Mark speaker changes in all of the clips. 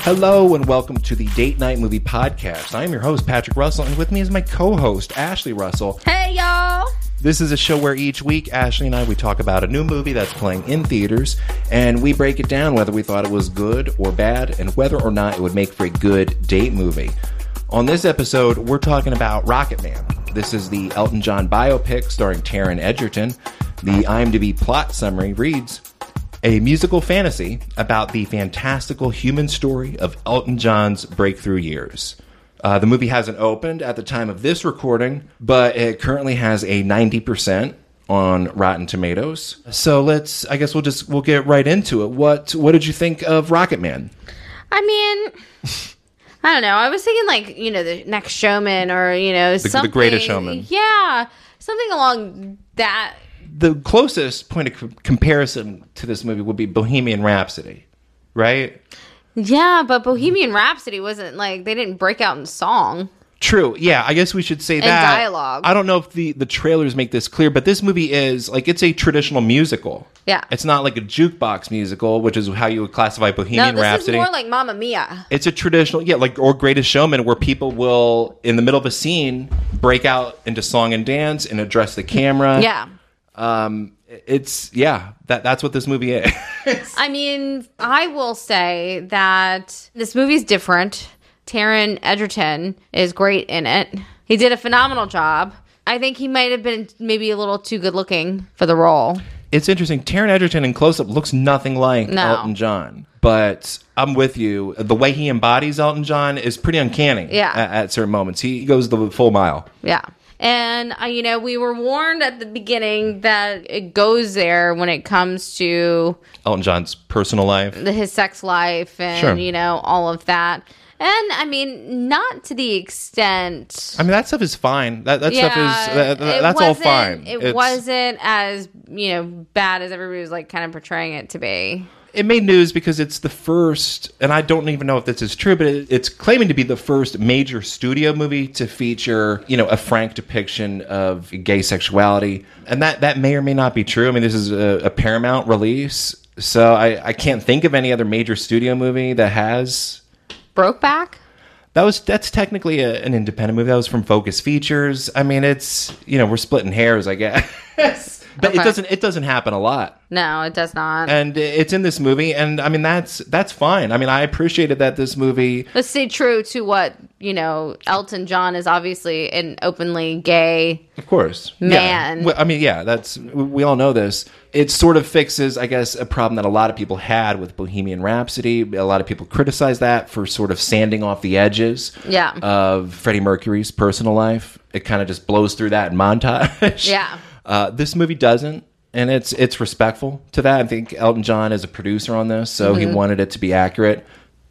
Speaker 1: Hello and welcome to the Date Night Movie Podcast. I am your host, Patrick Russell, and with me is my co host, Ashley Russell.
Speaker 2: Hey y'all!
Speaker 1: This is a show where each week, Ashley and I, we talk about a new movie that's playing in theaters, and we break it down whether we thought it was good or bad, and whether or not it would make for a good date movie. On this episode, we're talking about Rocket Man. This is the Elton John biopic starring Taryn Edgerton. The IMDb plot summary reads a musical fantasy about the fantastical human story of Elton John's breakthrough years. Uh, the movie hasn't opened at the time of this recording, but it currently has a 90% on Rotten Tomatoes. So let's, I guess we'll just, we'll get right into it. What, what did you think of Rocket Man?
Speaker 2: I mean, I don't know. I was thinking like you know the next showman or you know
Speaker 1: the
Speaker 2: something.
Speaker 1: Greatest Showman.
Speaker 2: Yeah, something along that.
Speaker 1: The closest point of c- comparison to this movie would be Bohemian Rhapsody, right?
Speaker 2: Yeah, but Bohemian Rhapsody wasn't like they didn't break out in song.
Speaker 1: True. Yeah, I guess we should say that.
Speaker 2: dialogue.
Speaker 1: I don't know if the the trailers make this clear, but this movie is like it's a traditional musical.
Speaker 2: Yeah.
Speaker 1: It's not like a jukebox musical, which is how you would classify
Speaker 2: No,
Speaker 1: Bohemian
Speaker 2: this
Speaker 1: Rhapsody.
Speaker 2: is more like Mamma Mia.
Speaker 1: it's a traditional, yeah, like or Greatest Showman, where people will in the middle of a scene break out into song and dance and address the camera.
Speaker 2: Yeah.
Speaker 1: Um. It's yeah. That that's what this movie is.
Speaker 2: I mean, I will say that this movie's different. Taryn Edgerton is great in it. He did a phenomenal job. I think he might have been maybe a little too good looking for the role.
Speaker 1: it's interesting. Taryn Edgerton in close up looks nothing like
Speaker 2: No.
Speaker 1: Elton John, but I'm with you. The way he embodies Elton John is pretty uncanny.
Speaker 2: Yeah.
Speaker 1: a- At, certain moments, he goes the full mile.
Speaker 2: Yeah. And, uh, you know, we were warned at the beginning that it goes there when it comes to
Speaker 1: Elton John's personal life.
Speaker 2: the, his sex life and,
Speaker 1: Sure.
Speaker 2: you know, all of that. And, I mean, not to the extent.
Speaker 1: I mean, that stuff is fine. That that stuff is that, that-
Speaker 2: it
Speaker 1: that's all
Speaker 2: wasn't-
Speaker 1: fine.
Speaker 2: It
Speaker 1: It's-
Speaker 2: wasn't as, you know, bad as everybody was, like, kind of portraying it to be.
Speaker 1: It made news because it's the first, and I don't even know if this is true, but it, it's claiming to be the first major studio movie to feature, you know, a frank depiction of gay sexuality, and that that may or may not be true. I mean, this is a, a Paramount release, so I, I can't think of any other major studio movie that has.
Speaker 2: Brokeback?
Speaker 1: That was that's technically a, an independent movie. That was from Focus Features. I mean, it's you know we're splitting hairs, I guess, but it
Speaker 2: Okay.
Speaker 1: doesn't it doesn't happen a lot
Speaker 2: No, it does not.
Speaker 1: and it's in this movie and i mean that's that's fine i mean i appreciated that this movie
Speaker 2: Let's stay true to what, you know, Elton John is obviously an openly gay
Speaker 1: of course Yeah.
Speaker 2: Man.
Speaker 1: Well, i mean yeah that's we we all know this it sort of fixes i guess a problem that a lot of people had with bohemian rhapsody a lot of people criticize that for sort of sanding off the edges
Speaker 2: Yeah.
Speaker 1: of freddie mercury's personal life it kind of just blows through that in montage
Speaker 2: Yeah.
Speaker 1: uh, this movie doesn't and it's it's respectful to that i think elton john is a producer on this so
Speaker 2: Mm-hmm.
Speaker 1: he wanted it to be accurate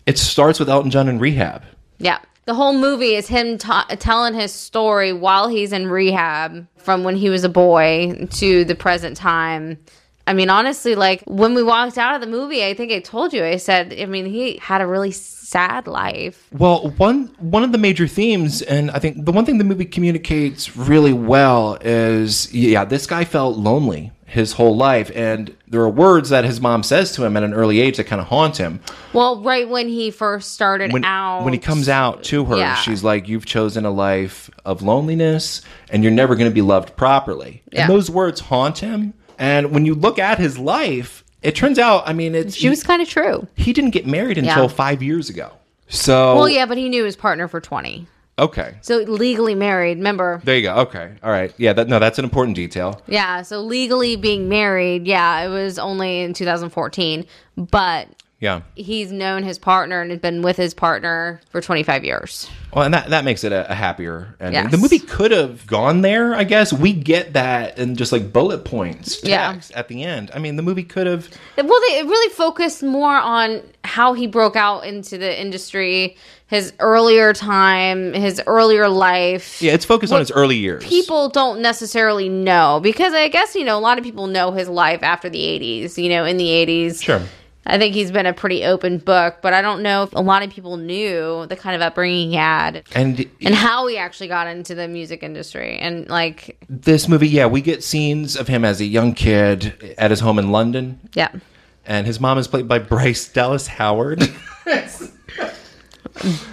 Speaker 1: it starts with elton john in rehab
Speaker 2: Yeah. The whole movie is him ta- telling his story while he's in rehab from when he was a boy to the present time. I mean, honestly, like when we walked out of the movie, I think I told you, I said, I mean, he had a really sad life.
Speaker 1: Well, one one of the major themes, and I think the one thing the movie communicates really well is, yeah, this guy felt lonely his whole life, and there are words that his mom says to him at an early age that kind of haunt him.
Speaker 2: Well, right when he first started
Speaker 1: When
Speaker 2: out.
Speaker 1: when he comes out to her,
Speaker 2: Yeah.
Speaker 1: she's like, "You've chosen a life of loneliness, and you're never going to be loved properly."
Speaker 2: Yeah.
Speaker 1: And those words haunt him. And when you look at his life, it turns out, I mean, it's
Speaker 2: She was kind of true.
Speaker 1: he didn't get married until five years ago. So,
Speaker 2: Well, yeah, but he knew his partner for 20.
Speaker 1: okay.
Speaker 2: So legally married, remember?
Speaker 1: There you go. Okay. All right. Yeah. That, no, that's an important detail.
Speaker 2: Yeah, so legally being married, yeah, it was only in 2014, but
Speaker 1: Yeah.
Speaker 2: he's known his partner and has been with his partner for 25 years.
Speaker 1: Well, and that, that makes it a, a happier ending.
Speaker 2: Yes.
Speaker 1: The movie could have gone there, I guess. We get that in just like bullet points
Speaker 2: Yeah.
Speaker 1: text at the end. I mean, the movie could have.
Speaker 2: Well, they it really focused more on how he broke out into the industry, his earlier time, his earlier life.
Speaker 1: Yeah, it's focused on his early years.
Speaker 2: People don't necessarily know because I guess, you know, a lot of people know his life after the 80s, you know, in the 80s.
Speaker 1: Sure.
Speaker 2: I think he's been a pretty open book, but I don't know if a lot of people knew the kind of upbringing he had
Speaker 1: And
Speaker 2: and how he actually got into the music industry and like
Speaker 1: this movie, yeah, we get scenes of him as a young kid at his home in London.
Speaker 2: yeah.
Speaker 1: And his mom is played by Bryce Dallas Howard.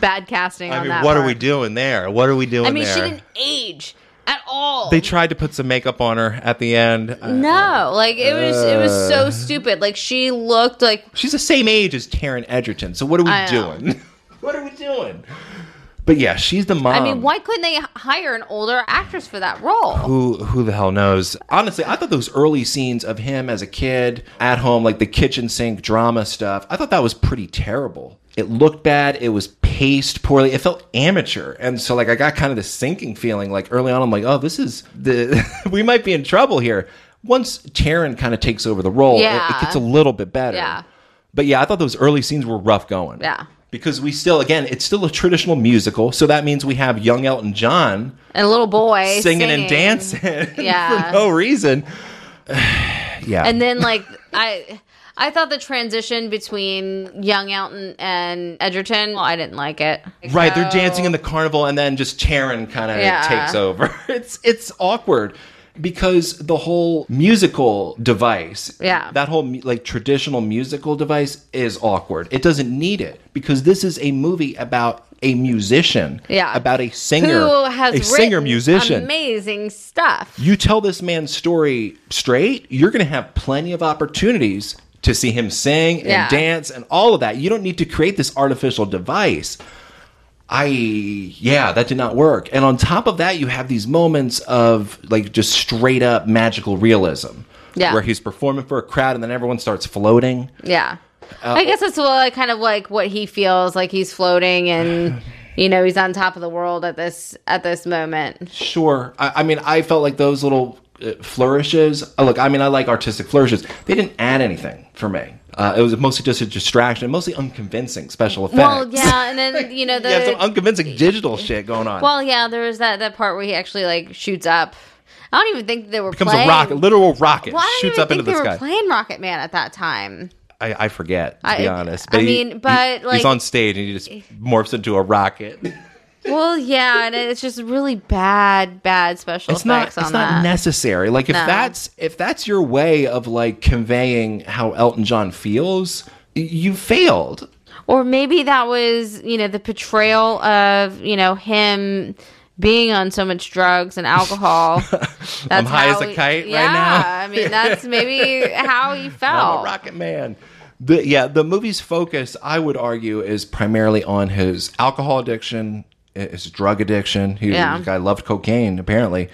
Speaker 2: Bad casting
Speaker 1: I
Speaker 2: on
Speaker 1: mean,
Speaker 2: that.
Speaker 1: what are
Speaker 2: part.
Speaker 1: we doing there? What are we doing
Speaker 2: I mean,
Speaker 1: there?
Speaker 2: she didn't age at all.
Speaker 1: they tried to put some makeup on her at the end. Uh,
Speaker 2: no, like it was it was so stupid. Like she looked like
Speaker 1: She's the same age as Taryn Edgerton. So what are we
Speaker 2: I know.
Speaker 1: doing? what are we doing? But yeah, she's the mom.
Speaker 2: I mean, why couldn't they h- hire an older actress for that role?
Speaker 1: Who who the hell knows? Honestly, I thought those early scenes of him as a kid at home, like the kitchen sink drama stuff, I thought that was pretty terrible. It looked bad. It was paced poorly. It felt amateur, and so like I got kind of this sinking feeling. Like early on, I'm like, oh, this is the we might be in trouble here. Once Taryn kind of takes over the role, it- it,
Speaker 2: Yeah.
Speaker 1: gets a little bit better.
Speaker 2: Yeah.
Speaker 1: But yeah, I thought those early scenes were rough going.
Speaker 2: Yeah.
Speaker 1: Because we still, again, it's still a traditional musical, so that means we have young Elton John
Speaker 2: And a little boy
Speaker 1: singing, and dancing
Speaker 2: Yeah.
Speaker 1: for no reason. yeah.
Speaker 2: And then like I I thought the transition between young Elton and Edgerton, well, I didn't like it.
Speaker 1: right, they're
Speaker 2: So-
Speaker 1: dancing in the carnival and then just Taryn kind of
Speaker 2: Yeah.
Speaker 1: takes over. It's it's awkward because the whole musical device,
Speaker 2: Yeah.
Speaker 1: that whole mu- like traditional musical device is awkward. It doesn't need it because this is a movie about a musician,
Speaker 2: Yeah.
Speaker 1: about a singer,
Speaker 2: who has
Speaker 1: a singer
Speaker 2: written
Speaker 1: musician.
Speaker 2: amazing stuff.
Speaker 1: you tell this man's story straight, you're going to have plenty of opportunities to see him sing and
Speaker 2: Yeah.
Speaker 1: dance and all of that. You don't need to create this artificial device. I, yeah, that did not work. And on top of that, you have these moments of like just straight up magical realism.
Speaker 2: Yeah.
Speaker 1: Where he's performing for a crowd and then everyone starts floating.
Speaker 2: Yeah.
Speaker 1: Uh,
Speaker 2: I guess that's what, like, kind of like what he feels like he's floating and you know he's on top of the world at this at this moment.
Speaker 1: Sure. I, I mean, I felt like those little uh, flourishes. Oh, look, I mean, I like artistic flourishes. They didn't add anything for me. Uh, it was mostly just a distraction and mostly unconvincing special effects.
Speaker 2: Well, yeah, and then you know the
Speaker 1: You have some unconvincing digital shit going on.
Speaker 2: well, yeah, there was that that part where he actually like shoots up. I don't even think they were
Speaker 1: Comes
Speaker 2: playing.
Speaker 1: a rocket, literal rocket,
Speaker 2: Well, I don't
Speaker 1: shoots
Speaker 2: even
Speaker 1: up
Speaker 2: think
Speaker 1: into the
Speaker 2: they were
Speaker 1: sky.
Speaker 2: playing Rocket Man at that time.
Speaker 1: I, I forget to
Speaker 2: I-
Speaker 1: be honest.
Speaker 2: I
Speaker 1: he-
Speaker 2: mean,
Speaker 1: he-
Speaker 2: but, like- eh.
Speaker 1: he's on stage and he just morphs into a rocket.
Speaker 2: Well, yeah, and it's just really bad, bad special
Speaker 1: It's not.
Speaker 2: effects
Speaker 1: It's
Speaker 2: on
Speaker 1: not
Speaker 2: that.
Speaker 1: necessary. Like if
Speaker 2: No.
Speaker 1: that's if that's your way of like conveying how Elton John feels, y- you failed.
Speaker 2: or maybe that was, you know, the portrayal of, you know, him being on so much drugs and alcohol. That's
Speaker 1: I'm high
Speaker 2: how
Speaker 1: as a
Speaker 2: he-
Speaker 1: kite right
Speaker 2: yeah,
Speaker 1: now.
Speaker 2: I mean, that's maybe how he
Speaker 1: I'm a
Speaker 2: felt.
Speaker 1: rocket man. The, yeah, the movie's focus, I would argue, is primarily on his alcohol addiction, his drug addiction. He,
Speaker 2: Yeah.
Speaker 1: This guy loved cocaine, apparently,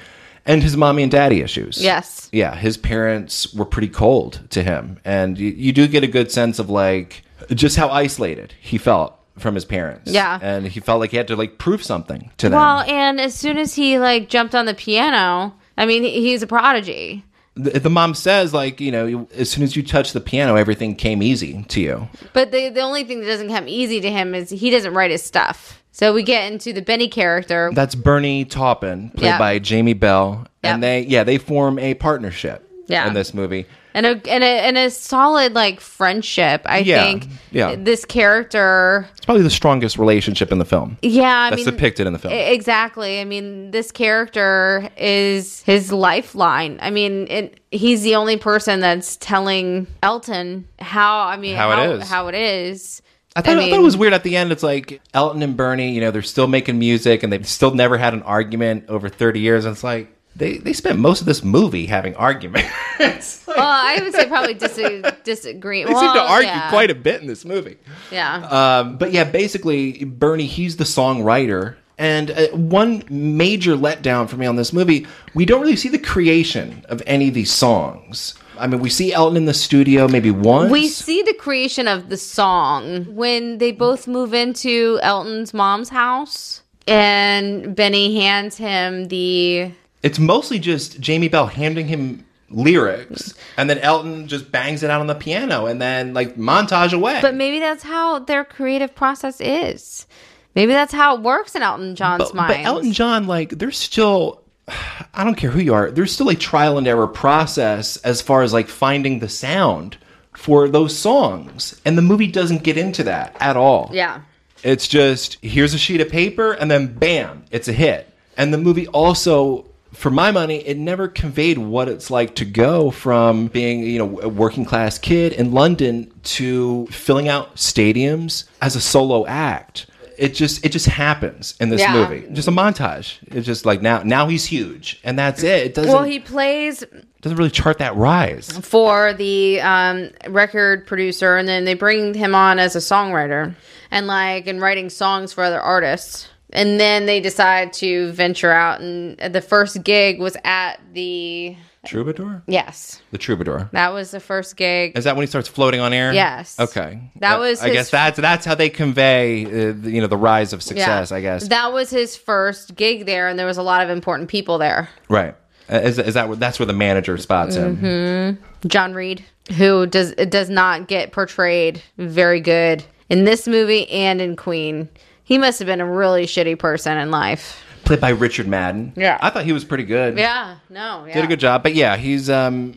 Speaker 1: and his mommy and daddy issues.
Speaker 2: Yes.
Speaker 1: Yeah, his parents were pretty cold to him. And you, you do get a good sense of, like, just how isolated he felt from his parents.
Speaker 2: Yeah.
Speaker 1: And he felt like he had to, like, prove something to them.
Speaker 2: Well, and as soon as he like jumped on the piano, I mean, he- he's a prodigy.
Speaker 1: the, the mom says, like, you know, you- as soon as you touched the piano, everything came easy to you.
Speaker 2: But the the only thing that doesn't come easy to him is he doesn't write his stuff. So we get into the Benny character.
Speaker 1: That's Bernie Taupin, played
Speaker 2: Yeah.
Speaker 1: by Jamie Bell, and
Speaker 2: Yeah.
Speaker 1: they yeah they form a partnership
Speaker 2: Yeah.
Speaker 1: in this movie.
Speaker 2: and a and a and a solid like friendship. I
Speaker 1: Yeah,
Speaker 2: think
Speaker 1: yeah.
Speaker 2: this character.
Speaker 1: It's probably the strongest relationship in the film
Speaker 2: Yeah, I
Speaker 1: that's
Speaker 2: mean,
Speaker 1: depicted in the film.
Speaker 2: e- exactly. I mean, this character is his lifeline. I mean, it, he's the only person that's telling Elton how. I mean,
Speaker 1: How it is.
Speaker 2: How it is.
Speaker 1: I, thought, I
Speaker 2: mean-
Speaker 1: thought it was weird at the end. It's like Elton and Bernie, you know, they're still making music and they've still never had an argument over thirty years. And it's like they they spent most of this movie having arguments. like,
Speaker 2: Well, I would say probably dis- disagree.
Speaker 1: they seem to argue quite a bit in this movie.
Speaker 2: Yeah.
Speaker 1: Um, but yeah, basically, Bernie, he's the songwriter. And uh, one major letdown for me on this movie, we don't really see the creation of any of these songs. I mean, we see Elton in the studio maybe once.
Speaker 2: We see the creation of the song when they both move into Elton's mom's house and Benny hands him the
Speaker 1: it's mostly just Jamie Bell handing him lyrics, and then Elton just bangs it out on the piano, and then like montage away.
Speaker 2: but maybe that's how their creative process is. Maybe that's how it works in Elton John's
Speaker 1: but,
Speaker 2: mind.
Speaker 1: but Elton John, like, there's still, I don't care who you are, there's still a trial and error process as far as like finding the sound for those songs. And the movie doesn't get into that at all.
Speaker 2: yeah.
Speaker 1: It's just here's a sheet of paper, and then bam, it's a hit. And the movie also for my money, it never conveyed what it's like to go from being, you know, a working class kid in London to filling out stadiums as a solo act. It just it just happens in this
Speaker 2: Yeah.
Speaker 1: movie. Just a montage. It's just like now now he's huge and that's it. It doesn't
Speaker 2: Well, he plays
Speaker 1: doesn't really chart that rise.
Speaker 2: for the um, record producer, and then they bring him on as a songwriter and like and writing songs for other artists. And then they decide to venture out, and the first gig was at the
Speaker 1: Troubadour?
Speaker 2: yes,
Speaker 1: The Troubadour.
Speaker 2: that was the first gig.
Speaker 1: Is that when he starts floating on air?
Speaker 2: Yes.
Speaker 1: Okay.
Speaker 2: That was
Speaker 1: I
Speaker 2: his-
Speaker 1: guess that's that's how they convey uh, the- you know the rise of
Speaker 2: Yeah.
Speaker 1: success, I guess.
Speaker 2: that was his first gig there, and there was a lot of important people there.
Speaker 1: right. Uh, Is, is that where- that's where the manager spots him?
Speaker 2: Mm-hmm. John Reed, who does it does not get portrayed very good in this movie and in Queen. He must have been a really shitty person in life.
Speaker 1: played by Richard Madden.
Speaker 2: Yeah.
Speaker 1: I thought he was pretty good.
Speaker 2: Yeah, no, yeah.
Speaker 1: Did a good job, but yeah, he's um,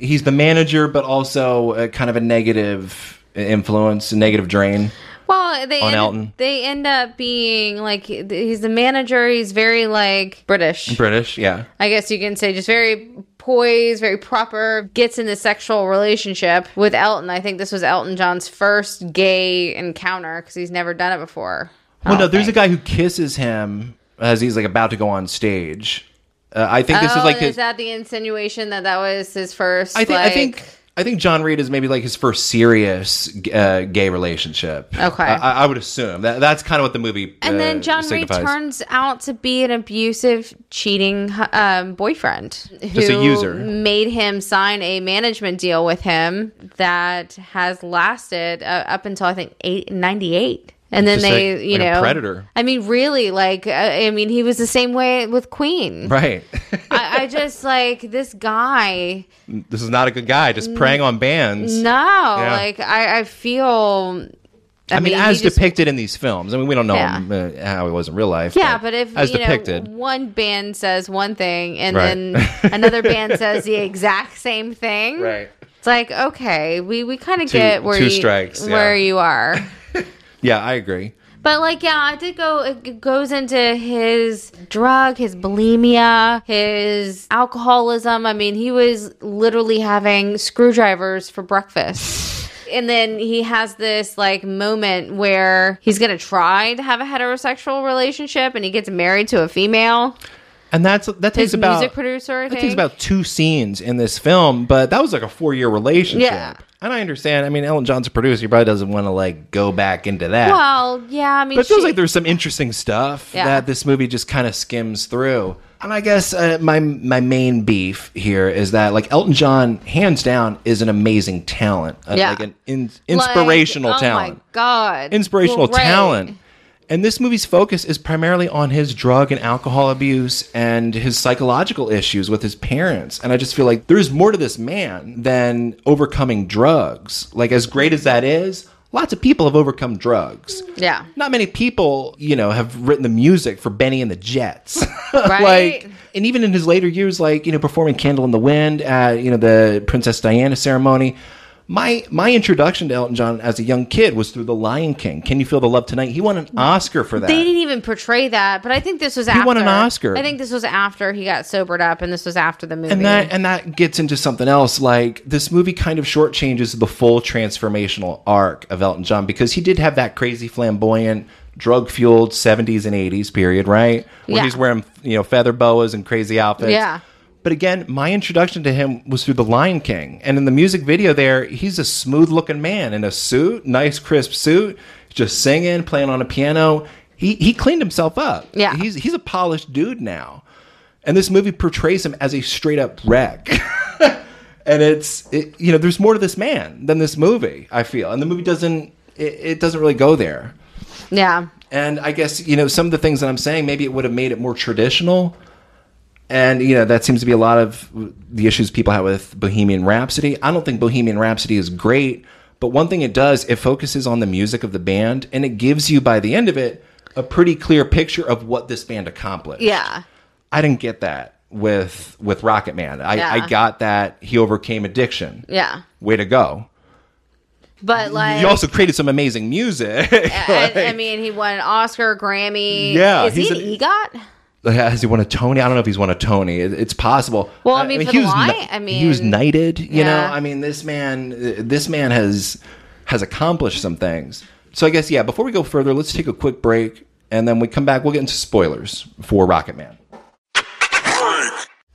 Speaker 1: he's the manager, but also uh kind of a negative influence, a negative drain.
Speaker 2: Well, they
Speaker 1: On
Speaker 2: end,
Speaker 1: Elton.
Speaker 2: they end up being like th- he's the manager. He's very like British,
Speaker 1: British, yeah,
Speaker 2: I guess you can say, just very poised, very proper. Gets in the sexual relationship with Elton. I think this was Elton John's first gay encounter because he's never done it before. I
Speaker 1: Well, no,
Speaker 2: don't
Speaker 1: there's a
Speaker 2: think.
Speaker 1: guy who kisses him as he's like about to go on stage. Uh, I think this
Speaker 2: oh,
Speaker 1: is like
Speaker 2: is
Speaker 1: his.
Speaker 2: that the insinuation that that was his first?
Speaker 1: I think.
Speaker 2: Like,
Speaker 1: I think. I think John Reed is maybe like his first serious uh, gay relationship.
Speaker 2: Okay.
Speaker 1: I, I would assume that that's kind of what the movie.
Speaker 2: And
Speaker 1: uh,
Speaker 2: then John Reed
Speaker 1: signifies.
Speaker 2: turns out to be an abusive, cheating um, boyfriend who
Speaker 1: Just a user.
Speaker 2: made him sign a management deal with him that has lasted uh, up until I think eight, 98. And then
Speaker 1: Just
Speaker 2: they,
Speaker 1: like-
Speaker 2: you
Speaker 1: like a
Speaker 2: know,
Speaker 1: predator.
Speaker 2: I mean, really, like, uh, I mean, he was the same way with Queen.
Speaker 1: right.
Speaker 2: I, I just like this guy.
Speaker 1: this is not a good guy. Just preying on bands.
Speaker 2: No, like I, I feel.
Speaker 1: I mean,
Speaker 2: he
Speaker 1: as
Speaker 2: just-
Speaker 1: depicted in these films. I mean, we don't know
Speaker 2: Yeah.
Speaker 1: him, uh, how he was in real life.
Speaker 2: Yeah, but if
Speaker 1: as
Speaker 2: you
Speaker 1: depicted,
Speaker 2: know one band says one thing and
Speaker 1: Right.
Speaker 2: then another band says the exact same thing,
Speaker 1: Right.
Speaker 2: It's like okay, we we kind of
Speaker 1: Two-
Speaker 2: get where
Speaker 1: two
Speaker 2: you,
Speaker 1: strikes, yeah.
Speaker 2: where you are.
Speaker 1: yeah, I agree.
Speaker 2: But like, yeah, I did go. It goes into his drug, his bulimia, his alcoholism. I mean, he was literally having screwdrivers for breakfast. And then he has this like moment where he's gonna try to have a heterosexual relationship, and he gets married to a female.
Speaker 1: And that's that takes
Speaker 2: His
Speaker 1: about
Speaker 2: music producer, I
Speaker 1: that takes
Speaker 2: think.
Speaker 1: about two scenes in this film, but that was like a four year relationship.
Speaker 2: Yeah.
Speaker 1: and I understand. I mean, Ellen John's a producer; he probably doesn't want to like go back into that.
Speaker 2: Well, yeah, I mean,
Speaker 1: but it feels
Speaker 2: she-
Speaker 1: like there's some interesting stuff
Speaker 2: Yeah.
Speaker 1: that this movie just kind of skims through. And I guess uh, my my main beef here is that like Elton John, hands down, is an amazing talent, uh,
Speaker 2: Yeah.
Speaker 1: like an in,
Speaker 2: Like,
Speaker 1: inspirational
Speaker 2: Oh my
Speaker 1: talent.
Speaker 2: god,
Speaker 1: inspirational
Speaker 2: Great.
Speaker 1: talent. And this movie's focus is primarily on his drug and alcohol abuse and his psychological issues with his parents. And I just feel like there's more to this man than overcoming drugs. Like, as great as that is, lots of people have overcome drugs.
Speaker 2: Yeah,
Speaker 1: Not many people, you know, have written the music for Benny and the Jets.
Speaker 2: Right.
Speaker 1: like, and even in his later years, like, you know, performing Candle in the Wind at, you know, the Princess Diana ceremony. My my introduction to Elton John as a young kid was through The Lion King. Can you feel the love tonight? He won an Oscar for that.
Speaker 2: They didn't even portray that, but I think this was after.
Speaker 1: won an Oscar.
Speaker 2: I think this was after he got sobered up, and this was after the movie.
Speaker 1: and that and that gets into something else. Like this movie kind of shortchanges the full transformational arc of Elton John because he did have that crazy flamboyant, drug fueled '70s and '80s period, right? Where
Speaker 2: Yeah.
Speaker 1: he's wearing you know feather boas and crazy outfits.
Speaker 2: Yeah.
Speaker 1: But again, my introduction to him was through The Lion King, and in the music video, there he's a smooth looking man in a suit, nice crisp suit, just singing, playing on a piano. He he cleaned himself up.
Speaker 2: Yeah.
Speaker 1: he's he's a polished dude now and this movie portrays him as a straight up wreck and it's it, you know there's more to this man than this movie i feel and the movie doesn't it, it doesn't really go there
Speaker 2: yeah,
Speaker 1: and i guess you know some of the things that i'm saying maybe it would have made it more traditional and you know that seems to be a lot of the issues people have with bohemian rhapsody i don't think bohemian rhapsody is great but one thing it does it focuses on the music of the band and it gives you by the end of it a pretty clear picture of what this band accomplished
Speaker 2: yeah,
Speaker 1: I didn't get that with with Rocket Man. I,
Speaker 2: Yeah.
Speaker 1: I got that he overcame addiction.
Speaker 2: yeah.
Speaker 1: Way to go.
Speaker 2: But like,
Speaker 1: He also created some amazing music.
Speaker 2: I, I mean, he won an Oscar, Grammy.
Speaker 1: Yeah,
Speaker 2: is he
Speaker 1: he's
Speaker 2: an
Speaker 1: an-
Speaker 2: EGOT?
Speaker 1: Has he won a Tony? I don't know if he's won a Tony. It- It's possible. Uh,
Speaker 2: Well, I mean, for
Speaker 1: he
Speaker 2: the
Speaker 1: was kni-
Speaker 2: lie, I
Speaker 1: he was
Speaker 2: mean,
Speaker 1: knighted. You
Speaker 2: yeah.
Speaker 1: know, I mean, this man, this man has has accomplished some things. So I guess yeah. Before we go further, let's take a quick break, and then we come back. We'll get into spoilers for Rocket Man.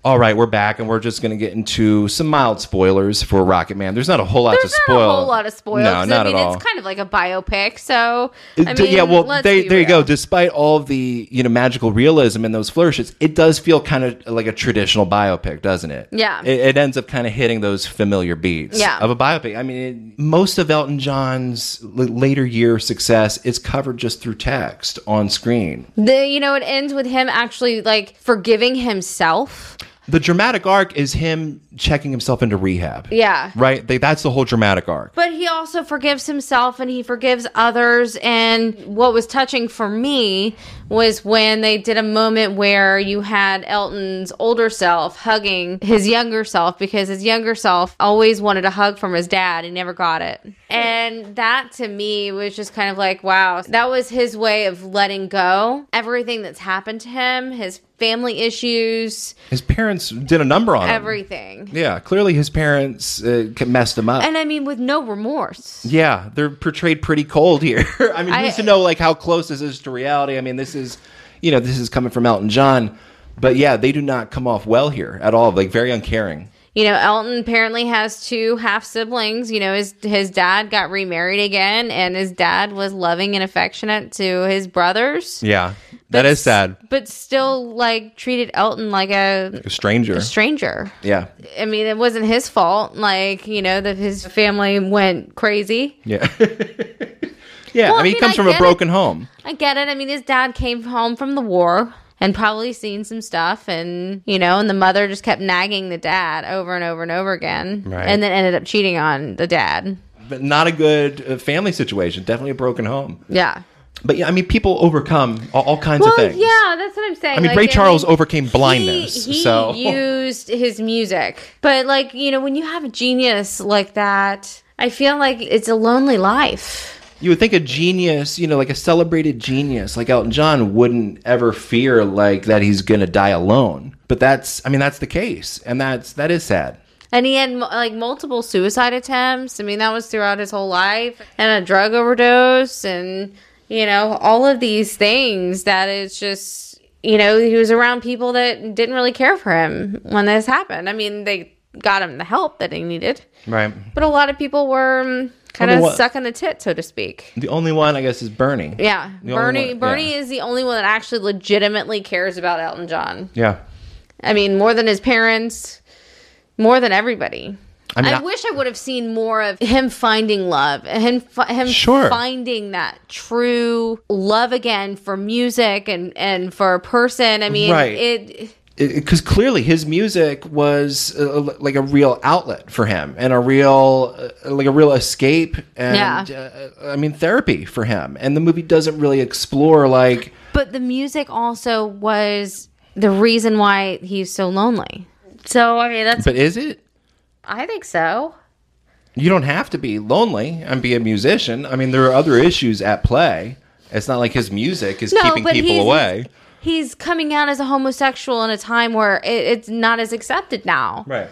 Speaker 1: All right, we're back, and we're just going to get into some mild spoilers for Rocket Man. There's not a whole lot
Speaker 2: There's
Speaker 1: to
Speaker 2: not
Speaker 1: spoil.
Speaker 2: a whole lot of spoilers.
Speaker 1: No, not
Speaker 2: I mean,
Speaker 1: at all.
Speaker 2: It's kind of like a biopic, so I
Speaker 1: D-
Speaker 2: mean,
Speaker 1: yeah, well,
Speaker 2: let's
Speaker 1: they,
Speaker 2: be
Speaker 1: there you go.
Speaker 2: real.
Speaker 1: Despite all of the you know magical realism and those flourishes, it does feel kind of like a traditional biopic, doesn't it?
Speaker 2: Yeah.
Speaker 1: it, it ends up kind of hitting those familiar beats
Speaker 2: Yeah.
Speaker 1: of a biopic. I mean, it, most of Elton John's l- later year success is covered just through text on screen.
Speaker 2: The, you know, it ends with him actually like forgiving himself.
Speaker 1: The dramatic arc is him checking himself into rehab.
Speaker 2: Yeah.
Speaker 1: right. They, that's the whole dramatic arc.
Speaker 2: But he also forgives himself and he forgives others. And what was touching for me was when they did a moment where you had Elton's older self hugging his younger self because his younger self always wanted a hug from his dad. He never got it. And that to me was just kind of like, wow, that was his way of letting go. Everything that's happened to him, his family issues,
Speaker 1: His parents did a number on him.
Speaker 2: everything.
Speaker 1: Yeah, clearly his parents uh, ca- messed him up.
Speaker 2: And I mean, with no remorse.
Speaker 1: Yeah, they're portrayed pretty cold here. I mean,
Speaker 2: I-
Speaker 1: who's to know like how close this is to reality? I mean, this is, you know, this is coming from Elton John, but yeah, they do not come off well here at all. Like very uncaring.
Speaker 2: you know elton apparently has two half siblings you know his his dad got remarried again and his dad was loving and affectionate to his brothers
Speaker 1: Yeah,
Speaker 2: But
Speaker 1: that is
Speaker 2: s-
Speaker 1: sad.
Speaker 2: but still like treated elton like a
Speaker 1: A stranger.
Speaker 2: stranger
Speaker 1: Yeah,
Speaker 2: i mean it wasn't his fault like you know that his family went crazy
Speaker 1: yeah, yeah.
Speaker 2: Well,
Speaker 1: I mean, he
Speaker 2: I mean,
Speaker 1: comes
Speaker 2: I
Speaker 1: from a
Speaker 2: get
Speaker 1: broken home.
Speaker 2: i get it i mean his dad came home from the war and probably seen some stuff and you know and the mother just kept nagging the dad over and over and over again
Speaker 1: Right.
Speaker 2: and then ended up cheating on the dad
Speaker 1: But not a good uh, family situation. Definitely a broken home.
Speaker 2: yeah
Speaker 1: But yeah, I mean, people overcome all, all kinds of
Speaker 2: Well,
Speaker 1: things.
Speaker 2: yeah, that's what I'm saying.
Speaker 1: I mean,
Speaker 2: Like,
Speaker 1: Ray Charles
Speaker 2: mean,
Speaker 1: overcame blindness.
Speaker 2: He, he
Speaker 1: so
Speaker 2: used his music, but like you know, when you have a genius like that, I feel like it's a lonely life.
Speaker 1: you would think a genius, you know, like a celebrated genius like Elton John wouldn't ever fear like that he's going to die alone. But that's I mean that's the case and that's that is sad.
Speaker 2: And he had like multiple suicide attempts. I mean, that was throughout his whole life, and a drug overdose, and you know, all of these things that it's just you know he was around people that didn't really care for him when this happened. I mean, they got him the help that he needed.
Speaker 1: Right.
Speaker 2: But a lot of people were um, kind
Speaker 1: Wonder
Speaker 2: of
Speaker 1: what-
Speaker 2: sucking the tit, so to speak.
Speaker 1: The only one I guess is Bernie.
Speaker 2: Yeah,
Speaker 1: The only
Speaker 2: Bernie.
Speaker 1: one-
Speaker 2: Bernie
Speaker 1: yeah.
Speaker 2: is the only one that actually legitimately cares about Elton John.
Speaker 1: Yeah.
Speaker 2: I mean, more than his parents, more than everybody.
Speaker 1: I
Speaker 2: I,
Speaker 1: mean, I-
Speaker 2: wish I would have seen more of him finding love, him fi- him
Speaker 1: Sure.
Speaker 2: finding that true love again for music and and for a person. I mean,
Speaker 1: Right.
Speaker 2: it
Speaker 1: Because clearly his music was uh, like a real outlet for him and a real uh, like a real escape and uh, I mean therapy for him. And the movie doesn't really explore like
Speaker 2: But the music also was the reason why he's so lonely. So I mean, that's
Speaker 1: but is it?
Speaker 2: I think so.
Speaker 1: you don't have to be lonely and be a musician. I mean, there are other issues at play. It's not like his music is keeping people away.
Speaker 2: He's coming out as a homosexual in a time where it, it's not as accepted now.
Speaker 1: Right.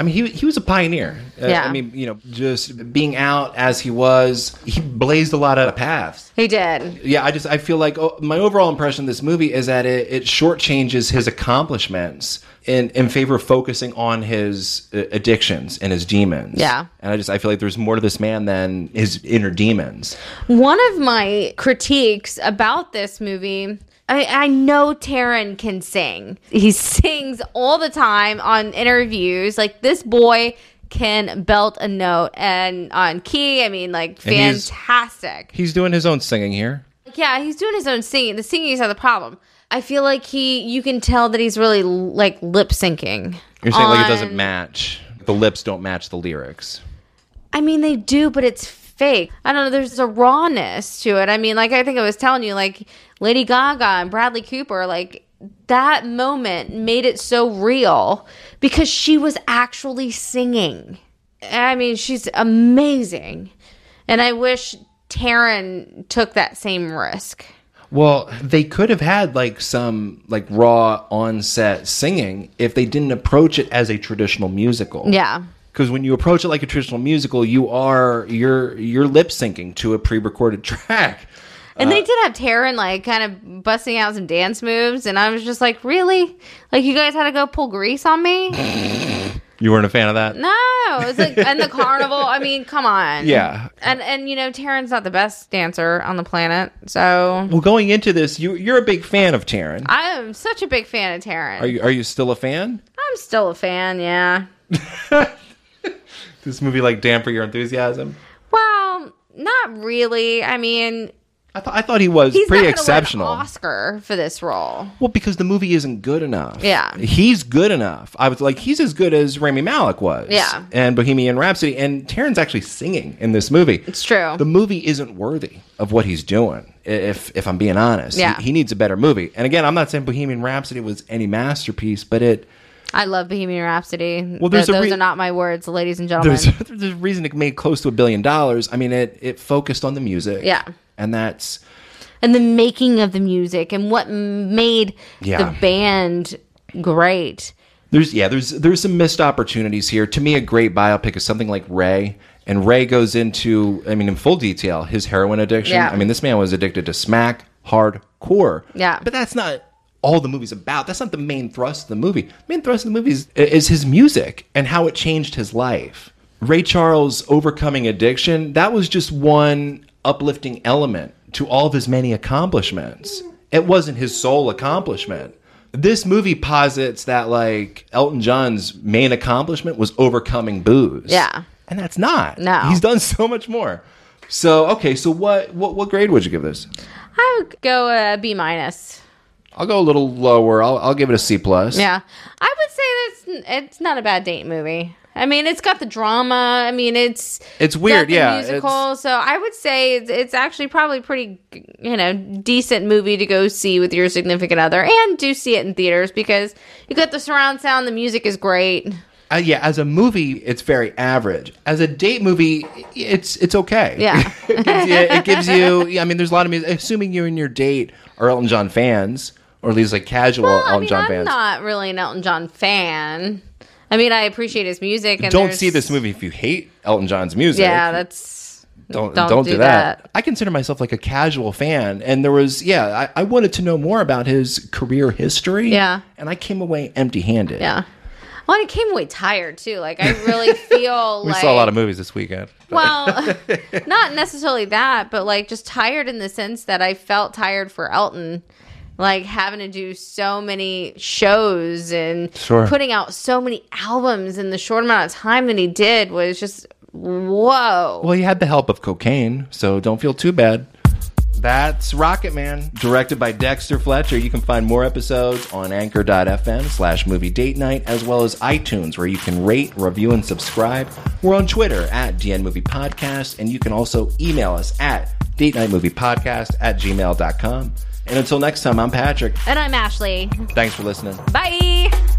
Speaker 1: I mean, he, he was a pioneer. Uh,
Speaker 2: Yeah.
Speaker 1: I mean, you know, just being out as he was, he blazed a lot of paths.
Speaker 2: He did.
Speaker 1: Yeah, I just I feel like oh, my overall impression of this movie is that it, it shortchanges his accomplishments in in favor of focusing on his uh, addictions and his demons.
Speaker 2: Yeah.
Speaker 1: and I just I feel like there's more to this man than his inner demons.
Speaker 2: One of my critiques about this movie. I, I know Taryn can sing. He sings all the time on interviews. Like this boy can belt a note and on key. I mean, like
Speaker 1: And he's-
Speaker 2: fantastic.
Speaker 1: He's doing his own singing here.
Speaker 2: Yeah, he's doing his own singing. The singing is not the problem. I feel like he, you can tell that he's really like lip syncing.
Speaker 1: You're saying like it
Speaker 2: on-
Speaker 1: doesn't match. The lips don't match the lyrics.
Speaker 2: I mean, they do, but it's fake. I don't know. There's a rawness to it. I mean, like I think I was telling you, like Lady Gaga and Bradley Cooper, like that moment made it so real because she was actually singing. I mean, she's amazing, and I wish Taryn took that same risk.
Speaker 1: Well, they could have had like some like raw on set singing if they didn't approach it as a traditional musical.
Speaker 2: Yeah.
Speaker 1: Because when you approach it like a traditional musical, you are you're you're lip syncing to a pre-recorded track.
Speaker 2: And they did have Taryn like kind of busting out some dance moves, and I was just like, really? Like you guys had to go pull grease on me?
Speaker 1: You weren't a fan of that.
Speaker 2: no, it was like and the carnival. I mean, come on.
Speaker 1: Yeah.
Speaker 2: And and you know, Taryn's not the best dancer on the planet, so
Speaker 1: Well, going into this, you you're a big fan of Taryn.
Speaker 2: I am such a big fan of Taryn.
Speaker 1: Are you are you still a fan?
Speaker 2: I'm still a fan. Yeah.
Speaker 1: This movie like damper your enthusiasm.
Speaker 2: Well, not really. I mean,
Speaker 1: I thought I thought he was
Speaker 2: he's
Speaker 1: pretty
Speaker 2: not gonna win
Speaker 1: exceptional.
Speaker 2: an Oscar for this role.
Speaker 1: Well, because the movie isn't good enough.
Speaker 2: Yeah.
Speaker 1: He's good enough. I was like, he's as good as Rami Malik was.
Speaker 2: Yeah.
Speaker 1: And Bohemian Rhapsody. And Taryn's actually singing in this movie.
Speaker 2: It's true.
Speaker 1: The movie isn't worthy of what he's doing, i- if if I'm being honest. He-
Speaker 2: Yeah.
Speaker 1: He, needs a better movie. And again, I'm not saying Bohemian Rhapsody was any masterpiece, but it
Speaker 2: I love Bohemian Rhapsody.
Speaker 1: Well, there's
Speaker 2: Th-
Speaker 1: a
Speaker 2: those
Speaker 1: rea-
Speaker 2: are not my words, ladies and gentlemen.
Speaker 1: there's, there's a reason it made close to a billion dollars. I mean, it it focused on the music.
Speaker 2: Yeah.
Speaker 1: And that's
Speaker 2: and the making of the music and what m- made
Speaker 1: Yeah.
Speaker 2: the band great.
Speaker 1: There's yeah, there's there's some missed opportunities here. To me, a great biopic is something like Ray, and Ray goes into I mean in full detail his heroin addiction.
Speaker 2: Yeah.
Speaker 1: I mean this man was addicted to smack hardcore.
Speaker 2: Yeah.
Speaker 1: but that's not all the movie's about. That's not the main thrust of the movie. main thrust of the movie is, is his music and how it changed his life. Ray Charles overcoming addiction that was just one uplifting element to all of his many accomplishments. It wasn't his sole accomplishment this movie posits that like Elton John's main accomplishment was overcoming booze.
Speaker 2: Yeah.
Speaker 1: And that's not.
Speaker 2: No.
Speaker 1: He's done so much more. So okay, so what what what grade would you give this?
Speaker 2: I would go a B minus.
Speaker 1: I'll go a little lower. I'll I'll give it a C plus.
Speaker 2: Yeah, I would say that's it's not a bad date movie. I mean, it's got the drama. I mean, it's
Speaker 1: It's weird,
Speaker 2: got the
Speaker 1: yeah,
Speaker 2: musical. So I would say it's, it's actually probably pretty, you know, decent movie to go see with your significant other, and do see it in theaters because you got the surround sound. The music is great.
Speaker 1: Uh, yeah, as a movie, it's very average. As a date movie, it's it's okay.
Speaker 2: Yeah.
Speaker 1: it, gives you, it gives you. yeah, I mean, there's a lot of music. Assuming you and your date are Elton John fans, or at least like casual
Speaker 2: Well,
Speaker 1: Elton
Speaker 2: I mean,
Speaker 1: John
Speaker 2: I'm
Speaker 1: fans.
Speaker 2: not really an Elton John fan. I mean, I appreciate his music. And
Speaker 1: don't
Speaker 2: there's-
Speaker 1: see this movie if you hate Elton John's music.
Speaker 2: Yeah, that's
Speaker 1: don't don't, do that. I consider myself like a casual fan, and there was yeah, I, I wanted to know more about his career history.
Speaker 2: Yeah.
Speaker 1: and I came away empty-handed.
Speaker 2: Yeah. Well, I came away tired too. Like I really feel
Speaker 1: we
Speaker 2: like
Speaker 1: saw a lot of movies this weekend.
Speaker 2: well, not necessarily that, but like just tired in the sense that I felt tired for Elton, like having to do so many shows and
Speaker 1: Sure.
Speaker 2: putting out so many albums in the short amount of time that he did was just whoa.
Speaker 1: Well, he had the help of cocaine, so don't feel too bad. That's Rocket Man, directed by Dexter Fletcher. You can find more episodes on anchor.fm slash movie date night, as well as iTunes, where you can rate, review, and subscribe. We're on Twitter at DN Movie Podcast, and you can also email us at date night movie podcast at gmail.com. And until next time, I'm Patrick.
Speaker 2: And I'm Ashley.
Speaker 1: Thanks for listening.
Speaker 2: Bye.